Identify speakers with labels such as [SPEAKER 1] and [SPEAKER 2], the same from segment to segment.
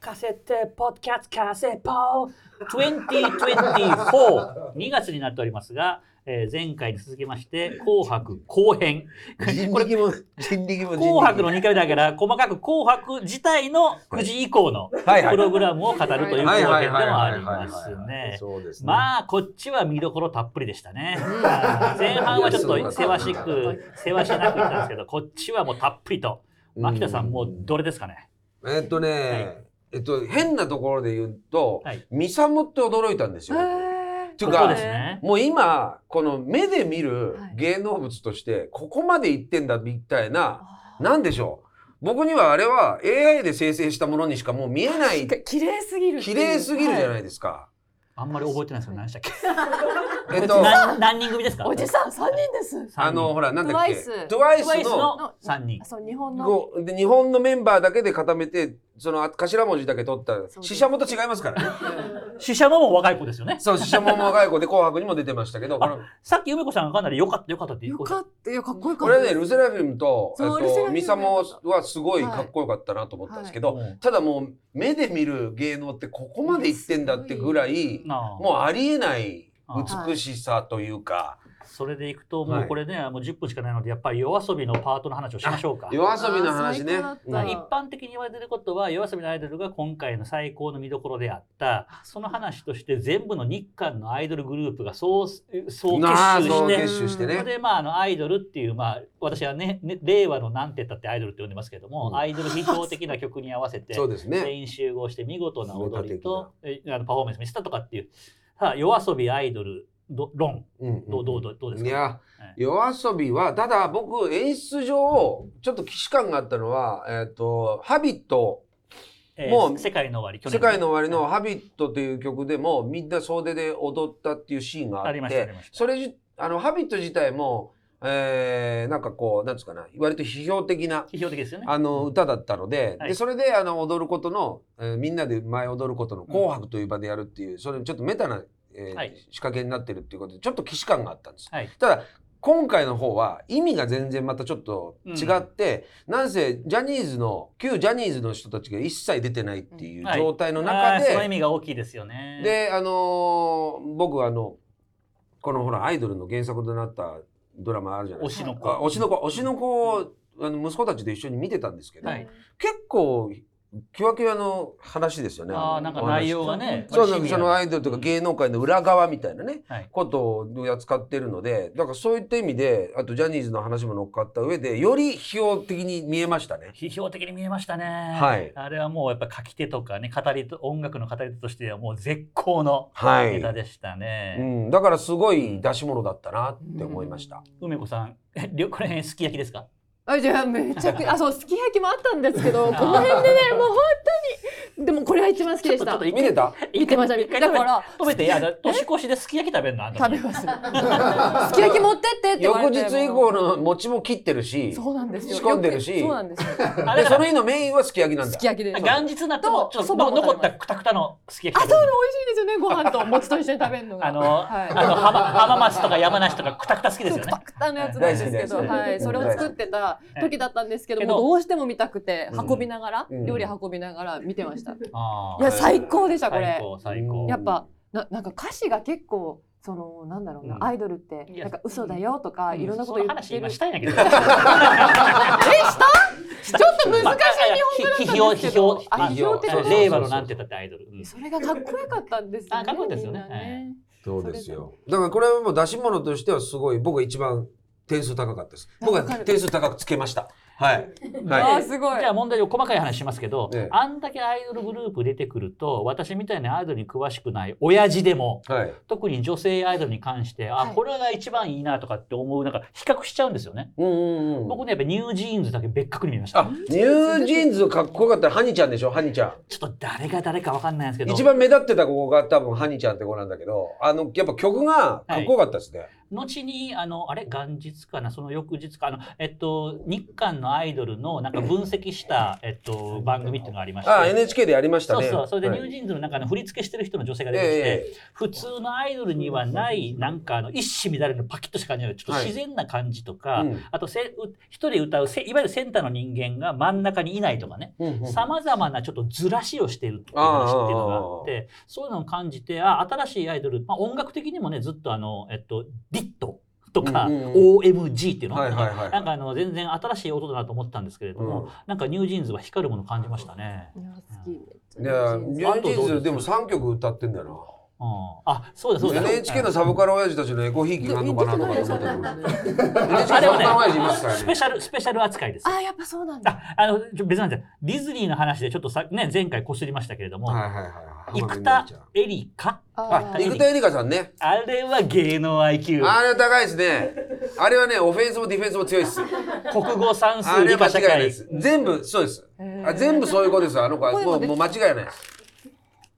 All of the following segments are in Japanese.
[SPEAKER 1] カセット、ポッドキャスト、カセポー。
[SPEAKER 2] 2024!2 月になっておりますが、えー前回に続きまして、紅白後編。
[SPEAKER 3] 人
[SPEAKER 2] これ
[SPEAKER 3] 力も、人力も人力
[SPEAKER 2] 紅白の2回だから、細かく紅白自体の9時以降の
[SPEAKER 3] はいはい
[SPEAKER 2] プログラムを語るという
[SPEAKER 3] は
[SPEAKER 2] 後
[SPEAKER 3] い
[SPEAKER 2] 編
[SPEAKER 3] はい
[SPEAKER 2] で
[SPEAKER 3] はい
[SPEAKER 2] も
[SPEAKER 3] は
[SPEAKER 2] あ
[SPEAKER 3] い
[SPEAKER 2] り
[SPEAKER 3] は
[SPEAKER 2] ま
[SPEAKER 3] い
[SPEAKER 2] す
[SPEAKER 3] はい
[SPEAKER 2] ね。
[SPEAKER 3] そうですね。
[SPEAKER 2] まあ、こっちは見どころたっぷりでしたね。前半はちょっとせわしく、せわしなく言ったんですけど、こっちはもうたっぷりと。牧田さん、もうどれですかね。
[SPEAKER 3] えっとね、えっと、変なところで言うと、
[SPEAKER 2] はい
[SPEAKER 3] ミサムって驚いたんですよ。ってい
[SPEAKER 2] こ
[SPEAKER 3] う
[SPEAKER 2] こで
[SPEAKER 3] か
[SPEAKER 2] す、ね。
[SPEAKER 3] もう今、この目で見る
[SPEAKER 4] はい
[SPEAKER 3] 芸能物として、ここまで行ってんだみたいな、なんでしょう。僕にはあれは AI で生成したものにしかもう見えない、
[SPEAKER 4] 綺麗すぎるってい
[SPEAKER 3] 綺
[SPEAKER 4] う。
[SPEAKER 3] 麗すぎるじゃない
[SPEAKER 4] で
[SPEAKER 3] ですか。
[SPEAKER 2] あんまり覚えてないですけど、何でしたっけ
[SPEAKER 3] えっと、
[SPEAKER 2] 何何人組ですか
[SPEAKER 4] おじさん三人です。
[SPEAKER 3] あの、ほら、なんだっけ、
[SPEAKER 4] TWICE
[SPEAKER 3] トワイス
[SPEAKER 2] TWICE
[SPEAKER 3] の
[SPEAKER 2] の3人。
[SPEAKER 4] そう日本の
[SPEAKER 3] ごで日本のメンバーだけで固めてその頭文字だけ取った
[SPEAKER 4] す
[SPEAKER 3] ししゃもと違いますからね
[SPEAKER 2] 死者ももう若い子ですよね。
[SPEAKER 3] そうししゃもも若い子で「紅白」にも出てましたけどこの
[SPEAKER 2] さっき梅子さんがかなり良かった良かったって言
[SPEAKER 4] よ
[SPEAKER 2] う
[SPEAKER 4] かったよかっこよか
[SPEAKER 3] こ
[SPEAKER 4] った。
[SPEAKER 3] れねルセラフィムとえっ
[SPEAKER 4] そうルセラフィ
[SPEAKER 3] と
[SPEAKER 4] ム
[SPEAKER 3] ミサモはすごいかっこよかったなと思ったんですけど、
[SPEAKER 2] はい
[SPEAKER 3] ただもう目で見る芸能ってここまでいってんだってぐらい
[SPEAKER 2] なあ
[SPEAKER 3] もうありえない
[SPEAKER 2] はい
[SPEAKER 3] 美しさというか
[SPEAKER 2] それでいくともうこれね、もう10分しかないのでやっぱり夜遊びのパートの話をしましょうか。
[SPEAKER 3] 夜遊びの話ね
[SPEAKER 4] あー最高だった
[SPEAKER 3] うん
[SPEAKER 2] まあ一般的に言われていることは夜遊びのアイドルが今回の最高の見どころであったその話として全部の日韓のアイドルグループが総総結集
[SPEAKER 3] なあそ
[SPEAKER 2] し
[SPEAKER 3] う
[SPEAKER 2] て
[SPEAKER 3] 結集して
[SPEAKER 2] それ
[SPEAKER 3] ね
[SPEAKER 2] でまああのアイドルっていうまあ私はねね令和のなんて言ったってアイドルって呼んでますけども、
[SPEAKER 3] うん
[SPEAKER 2] アイドル批評的な曲に合わせて
[SPEAKER 3] そうですね
[SPEAKER 2] 全員集合して見事な踊りとえあのパフォーマンス見せたとかっていうさあ夜遊びアイドルど論
[SPEAKER 3] うん
[SPEAKER 2] どうどうどうどうです
[SPEAKER 3] い
[SPEAKER 2] か
[SPEAKER 3] や
[SPEAKER 2] はい
[SPEAKER 3] 夜遊びはただ僕演出上ちょっと既視感があったのは「えっとハビット
[SPEAKER 2] えー
[SPEAKER 3] もう
[SPEAKER 2] 世界の終わり去
[SPEAKER 3] 世
[SPEAKER 2] 年
[SPEAKER 3] 界の終わりの「ハビットという曲でもみんな総出で踊ったっていうシーンがあ
[SPEAKER 2] あり
[SPEAKER 3] っ
[SPEAKER 2] ましたあり
[SPEAKER 3] て
[SPEAKER 2] ました
[SPEAKER 3] それじあの「ハビット自体も、えーなんかこうなんですかな割と批評的な
[SPEAKER 2] 批評的ですよね
[SPEAKER 3] あの歌だったので,、
[SPEAKER 2] はい
[SPEAKER 3] でそれであの踊ることの、えーみんなで前踊ることの「紅白」という場でやるっていう、それちょっとメタな、えー
[SPEAKER 2] はい
[SPEAKER 3] 仕掛けになってるっていうことでちょっと既視感があったんです。
[SPEAKER 2] はい
[SPEAKER 3] ただ今回の方は意味が全然またちょっと違って、なんせジャニーズの旧ジャニーズの人たちが一切出てないっていう
[SPEAKER 2] はい
[SPEAKER 3] 状態の
[SPEAKER 2] あ
[SPEAKER 3] 中
[SPEAKER 2] ーそ
[SPEAKER 3] で、
[SPEAKER 2] の意味が大きいですよね
[SPEAKER 3] であのー僕はあのこのほらアイドルの原作となったドラマあるじゃない
[SPEAKER 2] 推
[SPEAKER 3] です
[SPEAKER 2] しの
[SPEAKER 3] か。あ
[SPEAKER 2] 子
[SPEAKER 3] 推しの子推しの子をあの息子たちと一緒に見てたんですけど、
[SPEAKER 2] はい
[SPEAKER 3] 結構キワキワの話ですよね。
[SPEAKER 2] あー
[SPEAKER 3] の
[SPEAKER 2] なんか
[SPEAKER 3] お話
[SPEAKER 2] 内容がね
[SPEAKER 3] そう
[SPEAKER 2] 割と
[SPEAKER 3] なん
[SPEAKER 2] シ
[SPEAKER 3] か
[SPEAKER 2] ビア
[SPEAKER 3] そ
[SPEAKER 2] な
[SPEAKER 3] のアイドルとか芸能界の裏側みたいなね、
[SPEAKER 2] はい
[SPEAKER 3] ことを扱ってるのでだからそういった意味であとジャニーズの話も乗っかった上でより批評的に見えましたね。
[SPEAKER 2] 批評的に見えましたね、
[SPEAKER 3] はい
[SPEAKER 2] あれはもうやっぱ書き手とかね語りと音楽の語り手としてはもう絶好の
[SPEAKER 3] は
[SPEAKER 2] ネ
[SPEAKER 3] い
[SPEAKER 2] タでしたね、
[SPEAKER 3] うん、だからすごい出し物だったなって思いました。
[SPEAKER 2] 梅子さんえりょこれすき焼きですか
[SPEAKER 4] あじゃあめち ゃくあそうすき焼きもあったんですけどこの辺でねもう本当にでもこれが一番好きでした。
[SPEAKER 3] 見て た
[SPEAKER 4] 見てました
[SPEAKER 2] 一回
[SPEAKER 4] だから
[SPEAKER 2] 止めていやだ年越しですき焼き食べるのあんた
[SPEAKER 4] 食べます。 すき焼き持ってってって言われ
[SPEAKER 3] 翌
[SPEAKER 4] て。
[SPEAKER 3] 日以降の餅も切ってるしで
[SPEAKER 4] そうなんですよ。
[SPEAKER 3] 仕込んでるし
[SPEAKER 4] そうなんですよ。
[SPEAKER 2] あれ
[SPEAKER 3] その日のメインはすき焼きなん
[SPEAKER 4] す
[SPEAKER 3] だ
[SPEAKER 4] き焼きです。
[SPEAKER 2] 元日になってもちょっと
[SPEAKER 4] そ
[SPEAKER 2] の
[SPEAKER 4] ばも食べ
[SPEAKER 2] 残
[SPEAKER 4] ます
[SPEAKER 2] ったくたくたのすき焼
[SPEAKER 4] あ
[SPEAKER 2] き
[SPEAKER 4] そう
[SPEAKER 2] 食
[SPEAKER 4] いう
[SPEAKER 2] べ
[SPEAKER 4] の
[SPEAKER 2] る
[SPEAKER 4] 美味しいんですよねご飯と餅と一緒に食べるのが。
[SPEAKER 2] あの,、
[SPEAKER 4] はい
[SPEAKER 2] あの浜浜松とか山梨とかくたくた好きですよね
[SPEAKER 4] パクタのやつなんですけ
[SPEAKER 3] 大
[SPEAKER 4] ど、
[SPEAKER 3] 好き
[SPEAKER 4] は
[SPEAKER 3] 大好
[SPEAKER 4] い、
[SPEAKER 3] き
[SPEAKER 4] それを作ってた時だったんですけど、
[SPEAKER 2] はい
[SPEAKER 4] もうどうしても見たくて
[SPEAKER 3] うん
[SPEAKER 4] 運びながら、
[SPEAKER 3] うん
[SPEAKER 4] 料理運びながら見てました。い
[SPEAKER 2] あー
[SPEAKER 4] や最高でしたこ
[SPEAKER 2] 最
[SPEAKER 4] れ。
[SPEAKER 2] 高最高
[SPEAKER 3] うん
[SPEAKER 4] やっぱななんか歌詞が結構そのなんだろうな、
[SPEAKER 2] うん
[SPEAKER 4] アイドルっ
[SPEAKER 2] い
[SPEAKER 4] て
[SPEAKER 2] や
[SPEAKER 4] なんか嘘だよとか、いろんなこと
[SPEAKER 2] そ
[SPEAKER 4] 言
[SPEAKER 2] の
[SPEAKER 4] って
[SPEAKER 2] 話
[SPEAKER 4] る。
[SPEAKER 2] 今
[SPEAKER 4] え
[SPEAKER 2] し
[SPEAKER 4] した
[SPEAKER 2] いんだけど
[SPEAKER 4] た？ちょっと難しい日
[SPEAKER 2] 批評
[SPEAKER 4] 本語だったんです
[SPEAKER 2] 批
[SPEAKER 4] けど
[SPEAKER 2] 評。
[SPEAKER 4] あ
[SPEAKER 3] 批
[SPEAKER 4] 批
[SPEAKER 3] 評
[SPEAKER 4] 評的
[SPEAKER 2] そう
[SPEAKER 3] そう
[SPEAKER 2] 令
[SPEAKER 4] な。
[SPEAKER 2] 和のなんて言ったってアイドル、うん
[SPEAKER 4] それがかっこよかったんですよ
[SPEAKER 2] あ
[SPEAKER 4] ね。
[SPEAKER 2] かっこよかったですよね
[SPEAKER 4] みんな
[SPEAKER 3] そう
[SPEAKER 4] ですよ。
[SPEAKER 3] だからこれはもう出し物としてはすごい僕が一番点数高かったです。僕は点数高くつけました。はい。
[SPEAKER 4] あ
[SPEAKER 3] は
[SPEAKER 4] ーすごい
[SPEAKER 2] じゃあ問題を細かい話しますけど、
[SPEAKER 3] ええ
[SPEAKER 2] あんだけアイドルグループ出てくると私みたいなアイドルに詳しくない親父でも
[SPEAKER 3] い。はい。
[SPEAKER 2] 特に女性アイドルに関して、
[SPEAKER 4] は
[SPEAKER 2] あ
[SPEAKER 4] い
[SPEAKER 2] これが一番いいなとかって思うなんか比較しちゃうんですよね。
[SPEAKER 3] うんうんうん。
[SPEAKER 2] 僕ねやっぱニュージーンズだけ別格に見ました。
[SPEAKER 3] あ、ニュージーンズかっこよかったらハニちゃんでしょハニちゃ
[SPEAKER 2] ちょっと誰が誰かわかんないんですけ
[SPEAKER 3] ん。
[SPEAKER 2] ど
[SPEAKER 3] 一番目立ってた子が多分ハニちゃんって子なんだけど、あの、やっぱ曲がかっこよかったですね。
[SPEAKER 2] 後にあのあれ元日かなその翌日かあのえっと日韓のアイドルのなんか分析したえっと番組っていうのがありまして。
[SPEAKER 3] あ NHK でやりました
[SPEAKER 2] そう
[SPEAKER 3] ね
[SPEAKER 2] そう、それでニュ
[SPEAKER 3] は
[SPEAKER 2] ー
[SPEAKER 3] い
[SPEAKER 2] ジーンズの中の振り付けしてる人の女性が出てきて、
[SPEAKER 3] ええ
[SPEAKER 2] 普通のアイドルにはないなんかあの一糸乱れのパキッとした感じのちょっと自然な感じとか、
[SPEAKER 3] はいうん
[SPEAKER 2] あとせう一人歌うせいわゆるセンターの人間が真ん中にいないとかね
[SPEAKER 3] ええうんうん
[SPEAKER 2] さまざまなちょっとずらしをしているっていう話っていうのがあってそういうのを感じてあ新しいアイドル、まあ、音楽的にもねずっとあの、えっと、ディットとか、
[SPEAKER 3] うんうん
[SPEAKER 2] OMG っていうのがあってね、
[SPEAKER 3] はいはいはい
[SPEAKER 2] なんかあの全然新しい音だなと思ったんですけれども、
[SPEAKER 3] うん
[SPEAKER 2] なんかニュージーンズは光るもの感じましたね。
[SPEAKER 4] いや好きめっち
[SPEAKER 3] い
[SPEAKER 4] ゃ
[SPEAKER 3] やニュー
[SPEAKER 4] 嬉しいです
[SPEAKER 3] ジーンズでも3曲歌ってんだよ
[SPEAKER 2] うん、あそうだそう
[SPEAKER 3] な
[SPEAKER 2] だ。
[SPEAKER 3] NHK のサブカル親父たちのエコひいきがあんのかなとか思ってたけどね NHK
[SPEAKER 2] あれ
[SPEAKER 3] サブ
[SPEAKER 2] はね
[SPEAKER 3] カル親父いますから
[SPEAKER 2] スペ
[SPEAKER 3] ね
[SPEAKER 2] シャル、スペシャル扱いです。
[SPEAKER 4] あやっぱそうなんだ。
[SPEAKER 2] あ、あの、ちょ別なんですよ。ディズニーの話でちょっとさ、ね、前回こすりましたけれども、
[SPEAKER 3] はいはいはい
[SPEAKER 2] 生田絵梨花。
[SPEAKER 3] あ
[SPEAKER 4] あー
[SPEAKER 3] 生田絵梨花さんね
[SPEAKER 2] あれは芸能 IQ。
[SPEAKER 3] あれ高いですねあれはねオフェンスもディフェンスも強いです
[SPEAKER 2] 国語算
[SPEAKER 3] あ
[SPEAKER 2] 数
[SPEAKER 3] れ
[SPEAKER 2] 理
[SPEAKER 3] 間
[SPEAKER 2] 科
[SPEAKER 3] 違
[SPEAKER 2] 社
[SPEAKER 3] いない
[SPEAKER 2] 会
[SPEAKER 3] で。す全部そうです
[SPEAKER 4] へー
[SPEAKER 3] あ全部そういう子ですあの子は
[SPEAKER 4] 声
[SPEAKER 3] も
[SPEAKER 4] も
[SPEAKER 3] う
[SPEAKER 4] 出
[SPEAKER 3] も
[SPEAKER 4] て
[SPEAKER 3] う間違いない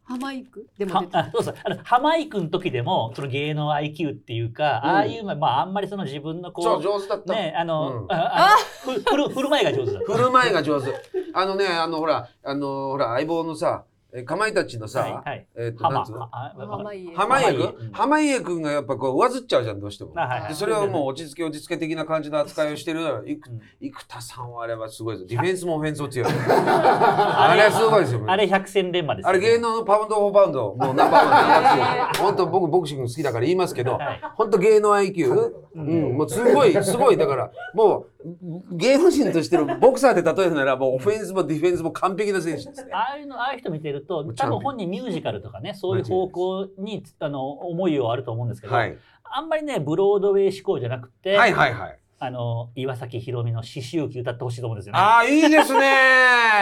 [SPEAKER 4] 浜行くでも
[SPEAKER 2] は
[SPEAKER 4] 出て
[SPEAKER 2] あそうそうあの浜井君の時でもその芸能 IQ っていうか、
[SPEAKER 3] うん
[SPEAKER 2] ああいうまあまああんまりその自分の
[SPEAKER 3] そう
[SPEAKER 2] こ
[SPEAKER 3] 上手だっ
[SPEAKER 2] う
[SPEAKER 3] た
[SPEAKER 2] ねあの、
[SPEAKER 3] うん
[SPEAKER 2] ああのふ振る振る舞いが上手だった。
[SPEAKER 3] 振る舞いが上手。あのね、あのほら、あのほら、相棒のさ、えかまいたちのさ、
[SPEAKER 2] はいはい
[SPEAKER 3] えっ、と、なん
[SPEAKER 2] 浜
[SPEAKER 3] つうの。
[SPEAKER 2] ああわか
[SPEAKER 4] 浜
[SPEAKER 2] る
[SPEAKER 4] 家。
[SPEAKER 3] 濱家
[SPEAKER 2] 濱家うん
[SPEAKER 3] 君濱家君がやっぱこう上ずっちゃうじゃんどうしても、
[SPEAKER 2] あはい
[SPEAKER 3] でそれをもう落ち着け落ち着け的な感じの扱いをしてるいく
[SPEAKER 2] うん
[SPEAKER 3] 生田さんはあれはすごいですディフェンスもオフェンス も強いあれはすごいですよ
[SPEAKER 2] あれ百戦錬磨ですよ
[SPEAKER 3] あ
[SPEAKER 2] ね、
[SPEAKER 3] れ芸能のパウンド・フォーパウンドもうナンバーワンナンバーツー本当僕ボクシング好きだから言いますけど
[SPEAKER 2] はい
[SPEAKER 3] 本当芸能 IQ うんもうすごいすごいだからもう芸能人としてのボクサーで例えるならもうオフェンスもディフェンスも完璧な選手ですね
[SPEAKER 2] ああいうのああいう人見てると
[SPEAKER 3] もち
[SPEAKER 2] 多
[SPEAKER 3] ろん
[SPEAKER 2] 分本人ミュージカルとかねそういう方向にあの思いはあると思うんですけど、
[SPEAKER 3] はい
[SPEAKER 2] あんまりねブロードウェイ志向じゃなくて、
[SPEAKER 3] はいはいはい
[SPEAKER 2] あの岩崎宏美の「思春期」歌ってほしいと思うんですよね。
[SPEAKER 3] ああいいですね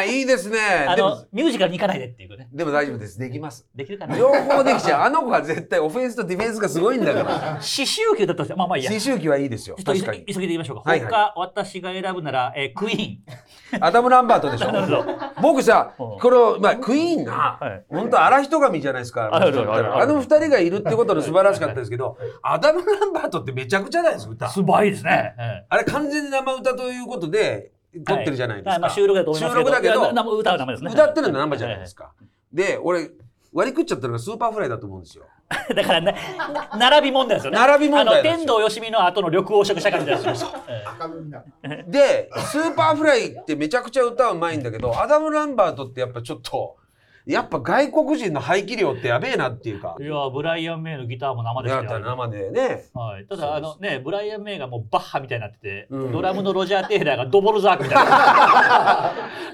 [SPEAKER 3] いいですね
[SPEAKER 2] あ
[SPEAKER 3] で
[SPEAKER 2] の
[SPEAKER 3] も
[SPEAKER 2] ミュージカルに行かないでっていうね
[SPEAKER 3] でも大丈夫ですできます
[SPEAKER 2] できるかな思
[SPEAKER 3] 両方できちゃうあの子は絶対オフェンスとディフェンスがすごいんだから
[SPEAKER 2] 春期歌ってほしいまあまあいいや。
[SPEAKER 3] 思春期はいいですよ
[SPEAKER 2] ちょっと急
[SPEAKER 3] 確
[SPEAKER 2] ぎ急ぎ
[SPEAKER 3] かに
[SPEAKER 2] で言いましょうか。
[SPEAKER 3] はいはい
[SPEAKER 2] 他、私が選ぶなら、えークイーン。
[SPEAKER 3] アダム・ランバートでしょ
[SPEAKER 2] なるほど。
[SPEAKER 3] 僕さ
[SPEAKER 2] うん
[SPEAKER 3] このまあクイーンな
[SPEAKER 2] はい
[SPEAKER 3] 本当荒人神じゃないですか
[SPEAKER 2] あるあるある
[SPEAKER 3] あの二人がいるってことの素晴らしかったですけどアダム・ランバートってめちゃくちゃないです歌
[SPEAKER 2] すごいですね。はい
[SPEAKER 3] あれ完全に生歌ということで撮ってるじゃないです
[SPEAKER 2] は
[SPEAKER 3] か、
[SPEAKER 2] いまあ、収録だと思いますけど。
[SPEAKER 3] 収録だけど
[SPEAKER 2] いやなな歌う生ですね。
[SPEAKER 3] 歌ってるの生じゃないです
[SPEAKER 2] か。
[SPEAKER 3] か、で俺割り食っちゃったのがスーパーフライだと思うんですよ
[SPEAKER 2] だからね、な並び問題ですよね。
[SPEAKER 3] 並び問題な
[SPEAKER 2] あ
[SPEAKER 3] ん
[SPEAKER 2] の、
[SPEAKER 3] ですよ
[SPEAKER 2] 天童よしみの後の緑黄色社会みたいな。えー
[SPEAKER 5] 赤身な
[SPEAKER 3] でスーパーフライってめちゃくちゃ歌うまいんだけどアダム・ランバートってやっぱちょっとやっぱ外国人の排気量ってやべえなっていうか
[SPEAKER 2] いやブライアン・メイのギターも生でし
[SPEAKER 3] だ
[SPEAKER 2] た
[SPEAKER 3] った
[SPEAKER 2] よ。
[SPEAKER 3] ら生でね
[SPEAKER 2] はい、た
[SPEAKER 3] そう
[SPEAKER 2] だあのねブライアン・メイがもうバッハみたいになってて、
[SPEAKER 3] うん
[SPEAKER 2] ドラムのロジャー・テイラーがドボルザークみたいな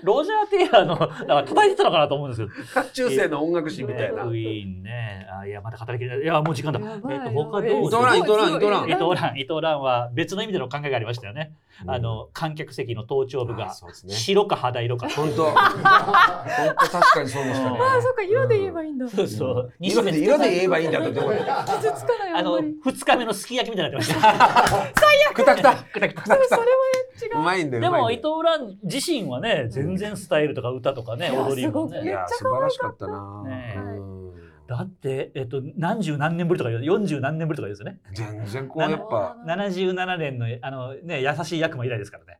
[SPEAKER 2] ロジャー・テイラーのだから叩いてたのかなと思うんですけど
[SPEAKER 3] 中世の音楽史みたいな
[SPEAKER 2] ウィーンねあいやまだ語りきれないいやもう時間だ
[SPEAKER 4] やば
[SPEAKER 2] え
[SPEAKER 4] い
[SPEAKER 2] っと
[SPEAKER 4] よ
[SPEAKER 2] 他どう
[SPEAKER 4] えー
[SPEAKER 3] 糸蘭
[SPEAKER 4] すごい
[SPEAKER 3] 糸蘭
[SPEAKER 4] す
[SPEAKER 3] 糸
[SPEAKER 4] ごい
[SPEAKER 3] 蘭
[SPEAKER 2] 伊藤蘭伊藤蘭は別の意味での考えがありましたよね、
[SPEAKER 3] うん
[SPEAKER 2] あの観客席の頭頂部
[SPEAKER 3] あ
[SPEAKER 2] が
[SPEAKER 3] そうですね
[SPEAKER 2] 白か肌色か、
[SPEAKER 3] 本当本当確かにそうでしたね
[SPEAKER 4] ああ、そうか、色で言えばいいんだ。
[SPEAKER 2] そうそう
[SPEAKER 3] 色で色で言えばいいんだってとこで
[SPEAKER 4] 傷つかない、あ
[SPEAKER 2] あ
[SPEAKER 4] んま
[SPEAKER 2] の
[SPEAKER 4] り。
[SPEAKER 2] 2日目のすき焼きみたいになってました
[SPEAKER 3] くたくたくたくたく
[SPEAKER 4] それ
[SPEAKER 3] たう
[SPEAKER 4] は違う。
[SPEAKER 3] まいんだよ
[SPEAKER 2] で
[SPEAKER 3] うま
[SPEAKER 2] も
[SPEAKER 3] い
[SPEAKER 2] 伊
[SPEAKER 3] んだよ
[SPEAKER 2] 藤蘭自身はね全然スタイルとか歌とかね
[SPEAKER 4] いや
[SPEAKER 2] 踊りも
[SPEAKER 4] すご
[SPEAKER 2] ね
[SPEAKER 4] いめっちゃ
[SPEAKER 3] 素晴らしかったな、
[SPEAKER 2] ねえ
[SPEAKER 3] うん
[SPEAKER 2] だって、えっと、何十何年ぶりとか言う40何年ぶりとか言うんですよね
[SPEAKER 3] 全然こうやっぱ
[SPEAKER 2] 77年のあの、ね、優しい役も以来ですからね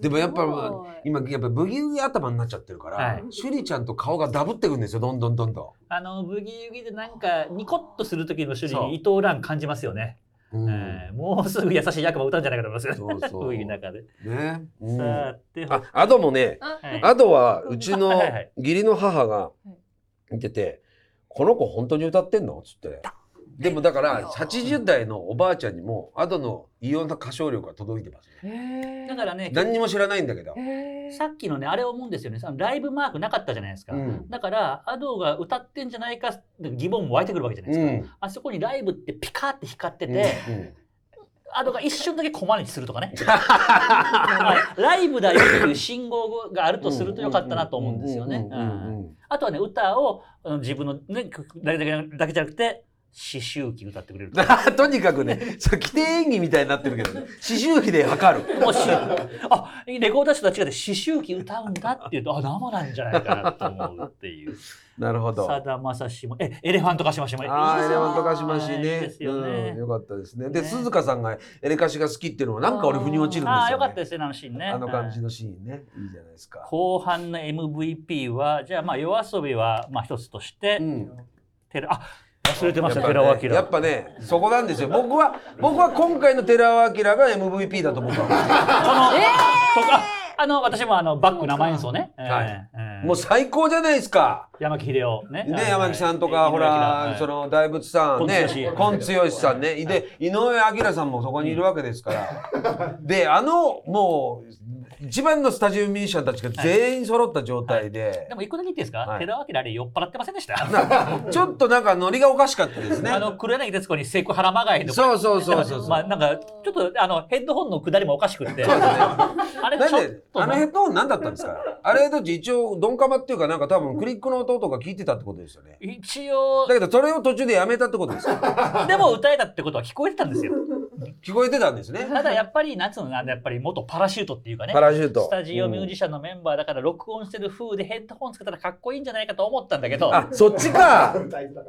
[SPEAKER 3] でもやっぱ
[SPEAKER 4] すごい
[SPEAKER 3] 今やっぱブギウギ頭になっちゃってるから、
[SPEAKER 2] はい
[SPEAKER 3] シュリちゃんと顔がダブってくんですよどんどんどんど
[SPEAKER 2] あのブギウギでなんかニコッとする時の種類
[SPEAKER 3] そう
[SPEAKER 2] に伊藤蘭感じますよね、
[SPEAKER 3] ん、うん
[SPEAKER 2] えーもうすぐ優しい役も歌うんじゃないかと思いますよ
[SPEAKER 3] そうそう
[SPEAKER 2] ブギウギの中で、
[SPEAKER 3] ね、うん、
[SPEAKER 2] さ
[SPEAKER 3] あ
[SPEAKER 2] あで
[SPEAKER 3] アドもね
[SPEAKER 4] あ
[SPEAKER 2] はい
[SPEAKER 3] アドはうちの
[SPEAKER 2] はいはいはい
[SPEAKER 3] 義理の母が見てて「この子本当に歌ってんの?」っつってでもだから80代のおばあちゃんにもアドの異様な歌唱力が届いてますね
[SPEAKER 4] へー
[SPEAKER 2] だからね
[SPEAKER 3] 何にも知らないんだけど、
[SPEAKER 4] へー
[SPEAKER 2] さっきのねあれ思うんですよねそのライブマークなかったじゃないですか、
[SPEAKER 3] うん
[SPEAKER 2] だからアドが歌ってんじゃないかって疑問も湧いてくるわけじゃないで
[SPEAKER 3] う
[SPEAKER 2] すか、
[SPEAKER 3] ん
[SPEAKER 2] あそこにライブってピカーって光ってて、
[SPEAKER 3] うん
[SPEAKER 2] アドが一瞬だけコマネチするとかねまあライブだよっていう信号があるとするとよかったなと思うんですよね
[SPEAKER 3] う。んうんうんうん
[SPEAKER 2] あとはね歌をあの自分の、ね、曲だけだけだけじゃなくて思春期歌ってくれる。
[SPEAKER 3] とにかくね、そう、規定演技みたいになってるけど、ね、思春期で測る。
[SPEAKER 2] もうしあレコード誌とは違って思春期歌うんだっていうとあ生なんじゃないかなと思うっていう。
[SPEAKER 3] なるほど。
[SPEAKER 2] さだまさしもえエレファントカシマシもいい
[SPEAKER 3] ああ、エレファント
[SPEAKER 2] で
[SPEAKER 3] カシマシ
[SPEAKER 2] いい
[SPEAKER 3] ね
[SPEAKER 2] で。すよね
[SPEAKER 3] うん、よかったですね。で、
[SPEAKER 2] ね
[SPEAKER 3] 鈴鹿さんがエレカシが好きっていうのは、なんか俺、腑に落ち
[SPEAKER 2] す
[SPEAKER 3] るん
[SPEAKER 2] よ。
[SPEAKER 3] ですよ、ね。
[SPEAKER 2] ああよかったですねあのシーンね。
[SPEAKER 3] あの感じ
[SPEAKER 2] はい
[SPEAKER 3] のシーンね、いいじゃないですか。
[SPEAKER 2] 後半の MVP はじゃあまあ夜遊びはまあ一つとして、
[SPEAKER 3] うん
[SPEAKER 2] テラあ忘れてました、
[SPEAKER 3] やっ
[SPEAKER 2] 寺
[SPEAKER 3] ぱ
[SPEAKER 2] 尾
[SPEAKER 3] ね
[SPEAKER 2] 明。
[SPEAKER 3] やっぱね、そこなんですよ。僕は、僕は今回の寺尾明が MVP だと思ったの。
[SPEAKER 2] この、とか、あの、私もあの、バック生演奏ね。
[SPEAKER 3] はい
[SPEAKER 2] えー
[SPEAKER 3] もう最高じゃないですか。
[SPEAKER 2] 山木秀夫ね。
[SPEAKER 3] ね
[SPEAKER 2] はい、
[SPEAKER 3] 山木さんとか、ほら、そ、の大仏さんね、
[SPEAKER 2] 金
[SPEAKER 3] 今剛さんね、で、井上彰さんもそこにいるわけですから。で、あの、もう、一番のスタジオミュージシャンたちが全員揃った状態で
[SPEAKER 2] で、も一個だけ言っていいですか、
[SPEAKER 3] はい
[SPEAKER 2] 寺脇あれ酔っ払ってませんでした。
[SPEAKER 3] ちょっとなんかノリがおかしかったですね
[SPEAKER 2] あ。の、黒柳徹子にセクハラまがいの。
[SPEAKER 3] そうそうそうそうそう。
[SPEAKER 2] まあ、なんか、ちょっと、あの、ヘッドホンの下りもおかしくって。
[SPEAKER 3] そうですね。
[SPEAKER 2] あれ、ちょっと
[SPEAKER 3] なん
[SPEAKER 2] ね、
[SPEAKER 3] で、あのヘッドホン何だったんですかあれ、だって一応、ドンカマっていうか、なんか多分クリックの音とか聞いてたってことですよね。
[SPEAKER 2] 一応
[SPEAKER 3] だ、けど、それを途中でやめたってことですか
[SPEAKER 2] でも歌えたってことは聞こえてたんですよ。
[SPEAKER 3] 聞こえてたんで すね。
[SPEAKER 2] ただ、やっぱり、なんつうの、なんだやっぱり元パラシュートっていうかね
[SPEAKER 3] パ。ラシュート。
[SPEAKER 2] スタジオミュージシャンのメンバーだから録音してる風でヘッドホンつけたらかっこいいんじゃないかと思ったんだけど、
[SPEAKER 3] あ、そっちか。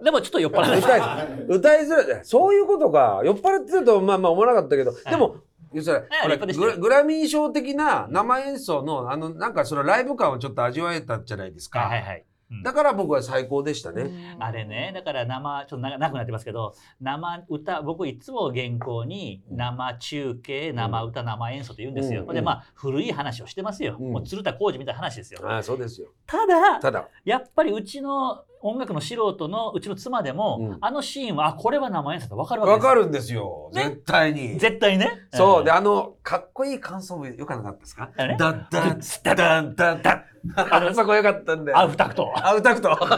[SPEAKER 2] でもちょっと酔っ払って
[SPEAKER 3] 歌い歌いづらいね。そういうことか。酔っ払ってると、まあまあ思わなかったけど、でも、それ
[SPEAKER 2] はい
[SPEAKER 3] ほら
[SPEAKER 2] 立派でした
[SPEAKER 3] グ
[SPEAKER 2] よ
[SPEAKER 3] ラグラミー賞的な生演奏の、あの、なんかそのライブ感をちょっと味わえたじゃないです
[SPEAKER 2] はいは
[SPEAKER 3] か。
[SPEAKER 2] いはい。
[SPEAKER 3] だから僕は最高でしたね。
[SPEAKER 2] あれね、だから生、ちょっと長長くなってますけど、生歌、僕いつも原稿に生中継、生歌、生演奏って言うんですよ。
[SPEAKER 3] うん
[SPEAKER 2] で、まあ、古い話をしてますよ。
[SPEAKER 3] うん
[SPEAKER 2] もう鶴田浩二みたいな話ですよ。
[SPEAKER 3] ああ、そうですよ。
[SPEAKER 2] ただ、
[SPEAKER 3] ただ、
[SPEAKER 2] やっぱりうちの音楽の素人のうちの妻でも、
[SPEAKER 3] うん
[SPEAKER 2] あのシーンは、あ、これは生演奏だと分かるわけ
[SPEAKER 3] わ
[SPEAKER 2] ですよ。
[SPEAKER 3] かるんですよ。
[SPEAKER 2] ね
[SPEAKER 3] 絶対に。
[SPEAKER 2] 絶対ね。
[SPEAKER 3] そう、
[SPEAKER 2] ん
[SPEAKER 3] で、あの、かっこいい感想も良かなかったですか
[SPEAKER 2] あれ
[SPEAKER 3] ダッダッダッダッダッダッ。あのそこ良かったんで。
[SPEAKER 2] アウタクト。
[SPEAKER 3] アウタク ト。
[SPEAKER 2] あんね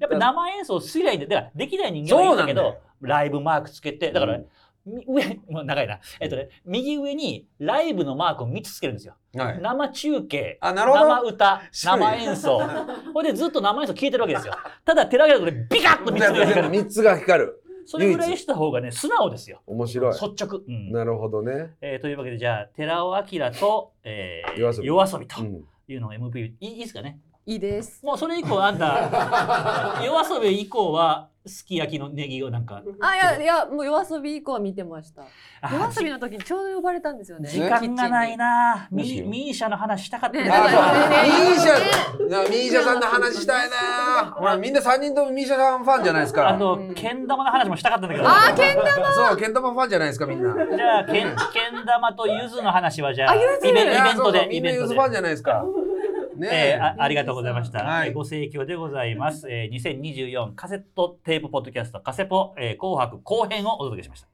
[SPEAKER 2] やっぱ生演奏すりゃいいんだよだからできない人間はいいんだけ
[SPEAKER 3] そうな
[SPEAKER 2] ど
[SPEAKER 3] んだよ
[SPEAKER 2] ライブマークつけてだから、
[SPEAKER 3] うん
[SPEAKER 2] み上 もう長いなえっとね右上にライブのマークを3つつけるんですよ、
[SPEAKER 3] はい。
[SPEAKER 2] 生中継
[SPEAKER 3] あなるほど
[SPEAKER 2] 生歌
[SPEAKER 3] 白い
[SPEAKER 2] 生演 奏これでずっと生演奏聴いてるわけですよただ手だけだとねビカッと3つ目 から
[SPEAKER 3] 三つが光る。
[SPEAKER 2] それぐらいした方がね素直ですよ
[SPEAKER 3] 面白い。
[SPEAKER 2] 率直、うん
[SPEAKER 3] なるほどね。
[SPEAKER 2] えーというわけでじゃあ寺尾明と、えー、
[SPEAKER 3] 夜遊び
[SPEAKER 2] 夜遊びと
[SPEAKER 3] うん
[SPEAKER 2] いうのが MVP いいいいですかね
[SPEAKER 4] いいです。
[SPEAKER 2] もうそれ以降あんた 夜遊び以降はすき焼きのネギをなんか
[SPEAKER 4] あいやいやもう夜遊び以降は見てました。夜遊びの時にちょうど呼ばれたんですよね。
[SPEAKER 2] 時間がない
[SPEAKER 4] な。
[SPEAKER 2] な
[SPEAKER 3] どうし
[SPEAKER 2] ミ
[SPEAKER 3] よう
[SPEAKER 2] ミーシャの話したかった
[SPEAKER 4] ね
[SPEAKER 3] あ
[SPEAKER 4] ね
[SPEAKER 3] そう
[SPEAKER 4] ね
[SPEAKER 3] ミーシャな、ミーシャさんの話したいな。ほら、みんな三人ともミーシャさんファンじゃないですか。
[SPEAKER 2] あとけん玉の話もしたかったんだけど
[SPEAKER 4] あーけん玉。
[SPEAKER 3] そう、けん玉ファンじゃないですか、みんな。
[SPEAKER 2] じゃあけんけん玉とゆずの話はじゃあ
[SPEAKER 4] あゆず
[SPEAKER 2] イベイ
[SPEAKER 3] いや
[SPEAKER 2] ベント
[SPEAKER 3] そうそう
[SPEAKER 2] で
[SPEAKER 3] み
[SPEAKER 2] イ
[SPEAKER 3] んな
[SPEAKER 2] ベン
[SPEAKER 3] ユー
[SPEAKER 2] ト
[SPEAKER 3] ス
[SPEAKER 2] で
[SPEAKER 3] ファン。じゃないですか。ね
[SPEAKER 2] えーあありがとうございました、
[SPEAKER 3] はい
[SPEAKER 2] えーご盛況でございます、えー、2024カセットテープポッドキャストカセポ、えー紅白後編をお届けしました